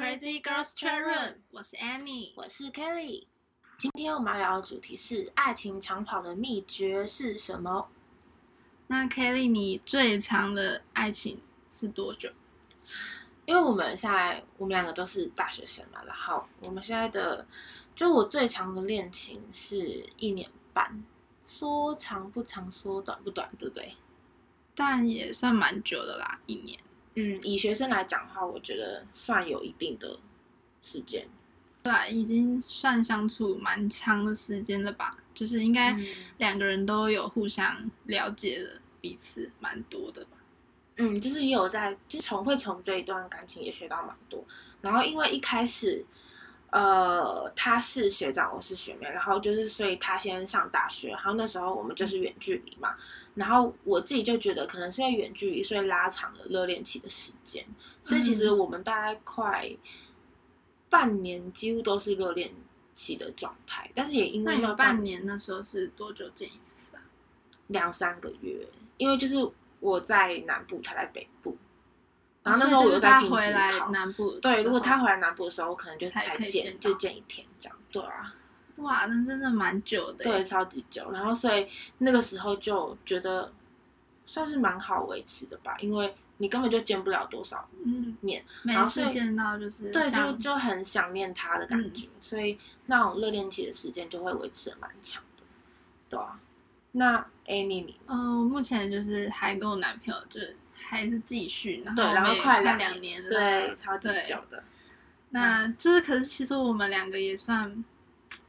是 Sharon，我是 Annie。我是 Kelly。今天我们要聊的主题是爱情长跑的秘诀是什么？那 Kelly，你最长的爱情是多久？因为我们现在我们两个都是大学生嘛，然后我们现在的就我最长的恋情是一年半，说长不长，说短不短，对不对？但也算蛮久的啦，一年。嗯，以学生来讲的话，我觉得算有一定的时间。对啊，已经算相处蛮长的时间了吧？就是应该嗯两个人都有互相了解了彼此，蛮多的吧？嗯，就是也有在，就是从会从这一段感情也学到蛮多。然后因为一开始，呃，他是学长，我是学妹，然后就是所以他先上大学，然后那时候我们就是远距离嘛。然后我自己就觉得可能是因为远距离，所以拉长了热恋期的时间。所以其实嗯我们大概快半年几乎都是热恋期的状态，但是也因那为你那们半年那时候是多久见一次啊？两三个月，因为就是我在南部，他在北部，然后那时候我又在哦所以拼就是职他回来考。南部的时候，对，如果他回来南部的时候，我可能就才才可以见见到就见一天这样。对啊，哇，那真的蛮久的耶。对，超级久。然后所以那个时候就觉得算是蛮好维持的吧，因为你根本就见不了多少嗯，面，每然后所次以见到就是对，就嗯像嗯就很想念他的感觉，所以那种热恋期的时间就会维持的蛮长的。对啊，那哎 Annie 你呃，我目前就是还跟我男朋友就是还是继续，然后对我然后们也快快两两年了，对超级对久嗯的，那就是可是其实我们两个也算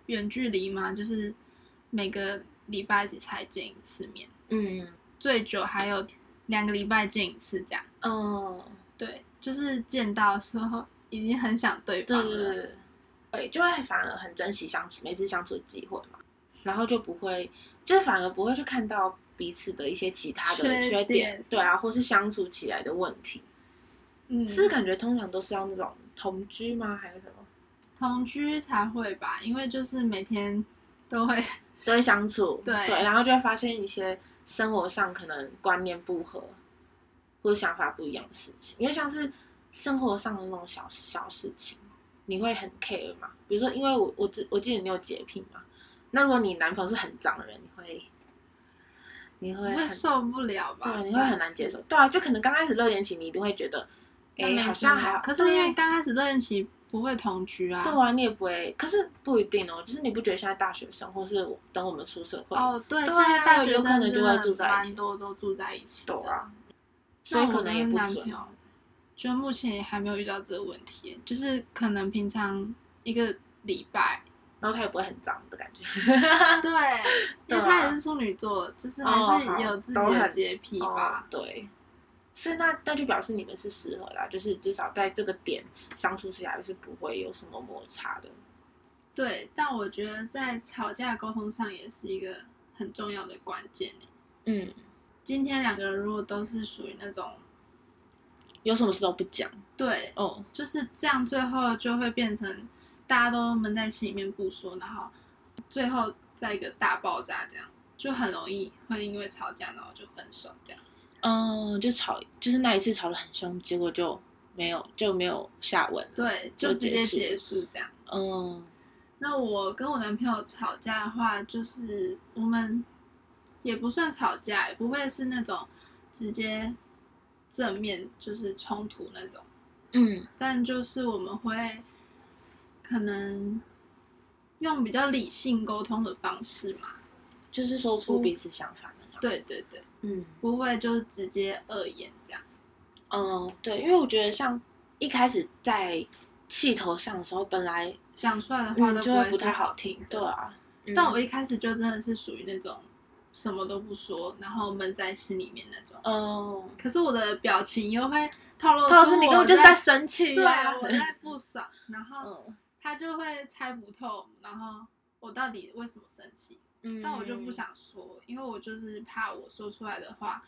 远距离嘛，就是每个礼拜几才见一次面，嗯最久还有两个礼拜见一次这样。嗯，对，就是见到的时候已经很想对对方对了。对对，对，就会反而很珍惜相处每次相处的机会嘛，然后就不会，就是反而不会去看到彼此的一些其他的缺缺点点，对啊，或是相处起来的问题。嗯，是感觉通常都是要那种同居吗？还是什么？同居才会吧，因为就是每天都会都会相处，对然后就会发现一些生活上可能观念不合，或者想法不一样的事情。因为像是生活上的那种小小事情，你会很 care 嘛？比如说，因为我我记我记得你有洁癖嘛，那如果你男朋友是很脏的人，你会你会会很受不了吧？对，你会很难接受。对啊，就可能刚开始热恋期，你一定会觉得，那哎、没好什像么还好。可是因对啊为刚开始热恋期不会同居啊。对啊，你也不会，可是不一定哦。就是你不觉得现在大学生，或是我等我们出社会，哦，对，对现啊在大学有可生能真就会住的在一起蛮多都住在一起的。对啊，所那以我可能也跟不男准朋。友就目前也还没有遇到这个问题，就是可能平常一个礼拜，然后他也不会很脏的感觉。 对，因对啊为他也是处女座，就是还是有自己哦好都的很洁癖吧。哦 对，所以那那就表示你们是适合啦，就是至少在这个点相处起来是不会有什么摩擦的。对，但我觉得在吵架沟通上也是一个很重要的关键耶。嗯，今天两个人如果都是属于那种有什么事都不讲。对哦，就是这样，最后就会变成大家都闷在心里面不说，然后最后再一个大爆炸，这样就很容易会因为吵架然后就分手这样。嗯，就吵，就是那一次吵得很凶，结果就没有就没有下文。，对，就就直结接束结束这样。嗯那我跟我男朋友吵架的话，就是我们也不算吵架，也不会是那种直接正面就是冲突那种。嗯但就是我们会可能用比较理性沟通的方式嘛，就是说出彼此想法那种。对对对，嗯不会就是直接恶言这样。嗯，对，因为我觉得像一开始在气头上的时候，本来讲出来的话嗯都就会会不是太好好听的对啊，但我嗯一开始就真的是属于那种什么都不说，然后闷在心里面那种。嗯。可是我的表情又会透露出陶老师，你根我本哦就是在在啊生气对啊呀、我在不爽，然后嗯他就会猜不透，然后我到底为什么生气？嗯但我就不。想说，因为我就是怕我说出来的话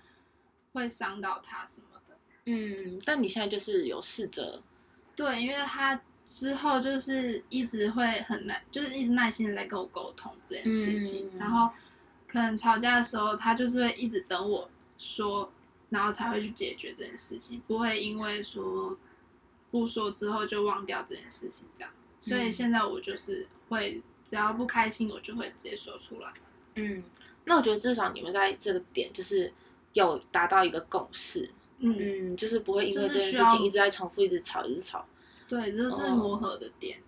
会伤到他什么的。嗯，但你现在就是有试着，对，因为他之后就是一直会很耐，就是一直耐心的在跟我沟通这件事情，嗯然后可能吵架的时候，他就是会一直等我说，然后才会去解决这件事情，不会因为说不说之后就忘掉这件事情，这样。所嗯以现在我就是会，只要不开心，我就会直接说出来。嗯，那我觉得至少你们在这个点就是有达到一个共识，嗯，嗯，就是不会因为这就件事是需要情一直在重复，一直吵，一直吵。对，这是磨合的点。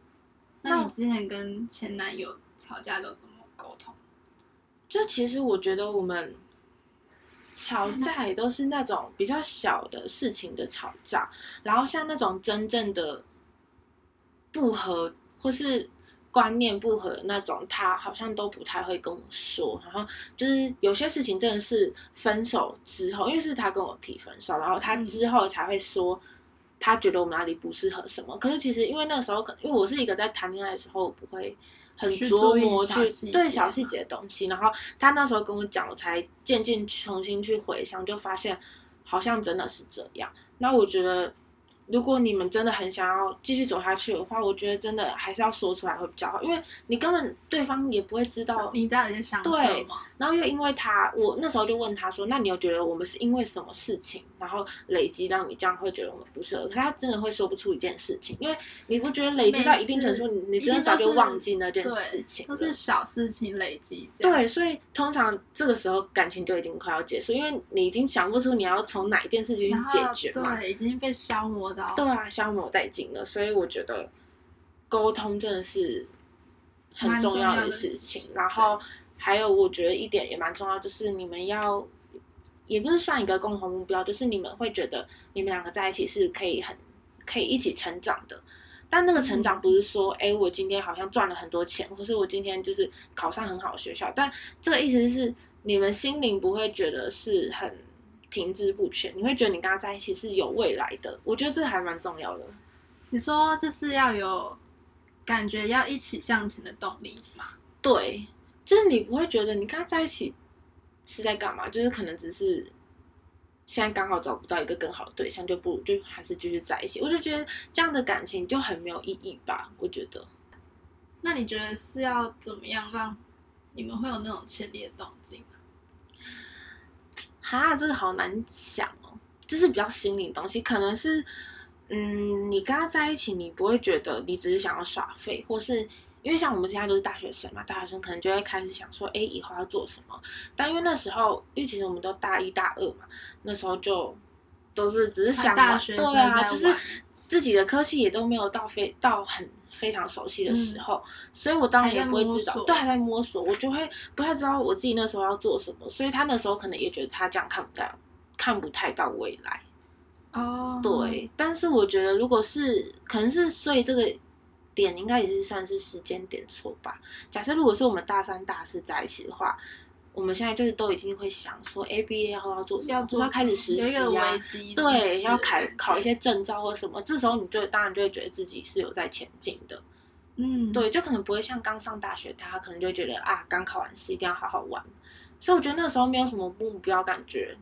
哦那那你之前跟前男友吵架都怎么沟通？就其实我觉得我们吵架也都是那种比较小的事情的吵架，然后像那种真正的不合或是观念不合那种，他好像都不太会跟我说。然后就是有些事情真的是分手之后，因为是他跟我提分手，然后他嗯之后才会说。他觉得我们哪里不适合什么，可是其实因为那个时候，可因为我是一个在谈恋爱的时候不会很去琢注磨意小去细节对嘛小细节的东西，然后他那时候跟我讲，我才渐渐重新去回想，就发现好像真的是这样。那我觉得，如果你们真的很想要继续走下去的话，我觉得真的还是要说出来会比较好，因为你根本对方也不会知道。你到底在想什哦对么？然后又因为他，我那时候就问他说：“那你有觉得我们是因为什么事情，然后累积让你这样会觉得我们不适合？”可是他真的会说不出一件事情，因为你不觉得累积到一定程度，每次你你一定真的早都就是忘记那件对事情了都是小事情累积。这样，对，啊所以通常这个时候感情就已经快要结束，因为你已经想不出你要从哪一件事情去然后解决嘛。对，已经被消磨到。啊对啊，消磨殆尽了，所以我觉得沟通真的是很蛮重重要要的的事事情情。然后还有，我觉得一点也蛮重要，就是你们要，也不是算一个共同目标，就是你们会觉得你们两个在一起是可以很可以一起成长的。但那个成长不是说，哎、我今天好像赚了很多钱，或是我今天就是考上很好的学校，但这个意思是你们心灵不会觉得是很停滞不前，你会觉得你跟他在一起是有未来的。我觉得这还蛮重要的。你说就是要有感觉，要一起向前的动力嘛？对，就是你不会觉得你跟他在一起是在干嘛，就是可能只是现在刚好找不到一个更好的对象，就不如就还是继续在一起。我就觉得这样的感情就很没有意义吧，我觉得。那你觉得是要怎么样让你们会有那种潜力的动机？哈，这个好难想哦，就是比较心灵的东西，可能是，嗯，你跟他在一起，你不会觉得你只是想要耍废，或是因为像我们现在都是大学生嘛，大学生可能就会开始想说，哎，以后要做什么？但因为那时候，因为其实我们都大一大二嘛，那时候就都是只是想还大玩学对生啊，在就是玩自己的科系也都没有到非到很非常熟嗯悉的时候，所以我当然也不会知还在摸道，索对，还在摸索，我就会不太知道我自己那时候要做什么，所以他那时候可能也觉得他这样看不到，看不太到未来。哦，对，但是我觉得如果是可能是所以这个点应该也是算是时间点错吧。假设如果是我们大三大四在一起的话，我们现在就是都已经会想说，A B A 后要做什么，要做要开始什实么习有一个啊危，机意识的感觉，对，要考考一些证照或什么，这时候你就当然就会觉得自己是有在前进的，嗯，对，就可能不会像刚上大学，大家可能就会觉得啊，刚考完试一定要好好玩，所以我觉得那时候没有什么目标感觉，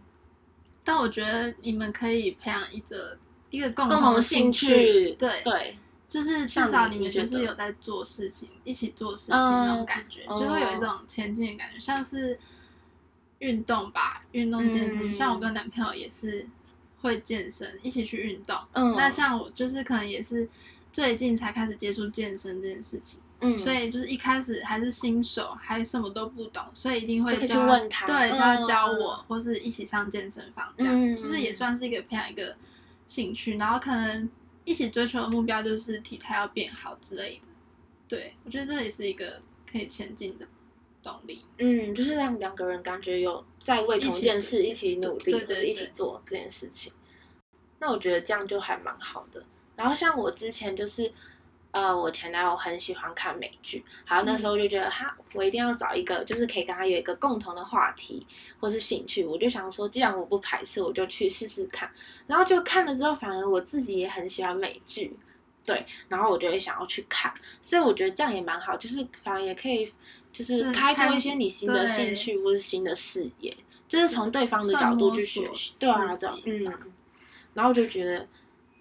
但我觉得你们可以培养一个一个共共同兴哦兴趣，对，对，就是至像少你你你们觉就是得有在做事情，一起做事情那种感觉，嗯就会有一种前进的感觉，像是运动吧，运动健身，嗯像我跟男朋友也是会健身，一起去运动。嗯，那像我就是可能也是最近才开始接触健身这件事情。嗯，所以就是一开始还是新手，还什么都不懂，所以一定会就可以叫去问他对，就嗯要教我，或是一起上健身房这样，嗯就是也算是一个培养一个兴趣，然后可能一起追求的目标就是体态要变好之类的。对，我觉得这也是一个可以前进的动力。嗯，就是让两个人感觉有在为同一件事一一起起努对力，对或者对一起做这件事情。那我觉得这样就还蛮好的。然后像我之前就是，呃，我前男友很喜欢看美剧，然后那时候就觉得哈，我一定要找一个就是可以跟他有一个共同的话题或是兴趣。我就想说，既然我不排斥，我就去试试看。然后就看了之后，反而我自己也很喜欢美剧，对，然后我就会想要去看。所以我觉得这样也蛮好，就是反而也可以就是是开拓看一些你新的对嗯兴趣或是新的视野，就是从对方的角度去学习，对算摸啊，索对啊，自嗯。己然后我就觉得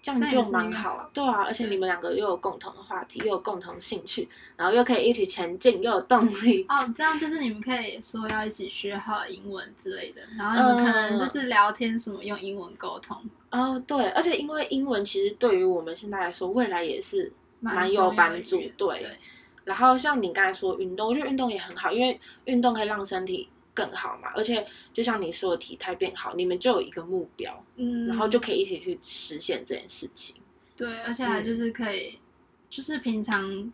这样就蛮好，对啊，而且你们两个又有共同的话题，又有共同兴趣，然后又可以一起前进，又有动力。哦，这样就是你们可以说要一起学好英文之类的，然后你们可嗯能就是聊天什么用英文沟通， 哦，对，而且因为英文其实对于我们现在来说，未来也是蛮重要有的帮语助言。对对，然后像你刚才说运动，我觉得运动也很好，因为运动可以让身体更好嘛，而且就像你说的体态变好，你们就有一个目标，嗯，然后就可以一起去实现这件事情。对，而且还就是可以，就是平常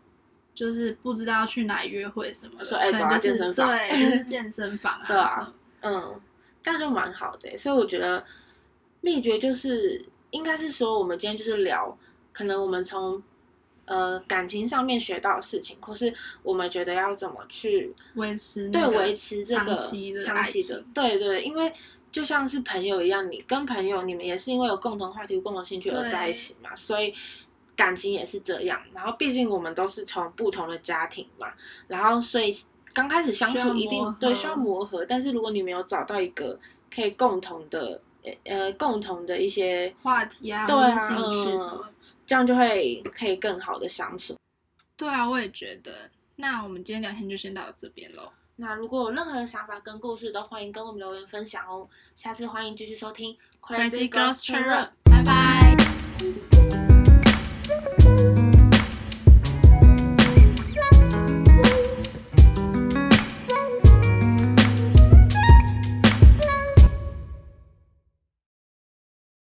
就是不知道去哪约会什么的，说哎可走能啊就是健身房对，就是健身房啊， 对啊什么嗯，这样就蛮好的欸。所以我觉得秘诀就是，应该是说我们今天就是聊，可能我们从呃感情上面学到的事情，或是我们觉得要怎么去维持对那个维持这个长期的长爱期的情，对对，因为就像是朋友一样，你跟朋友你们也是因为有共同话题、共同兴趣而对在一起嘛，所以感情也是这样。然后毕竟我们都是从不同的家庭嘛，然后所以刚开始相需要处一定磨合对需要磨合，但是如果你没有找到一个可以共同的呃呃共同的一些话题啊，对或啊者兴趣什么的。这样就会可以更好的相处。对啊，我也觉得。那我们今天聊天就先到这边喽，那如果有任何的想法跟故事，都欢迎跟我们留言分享哦。下次欢迎继续收听 Crazy Girls Chat Chat Room Room，拜拜。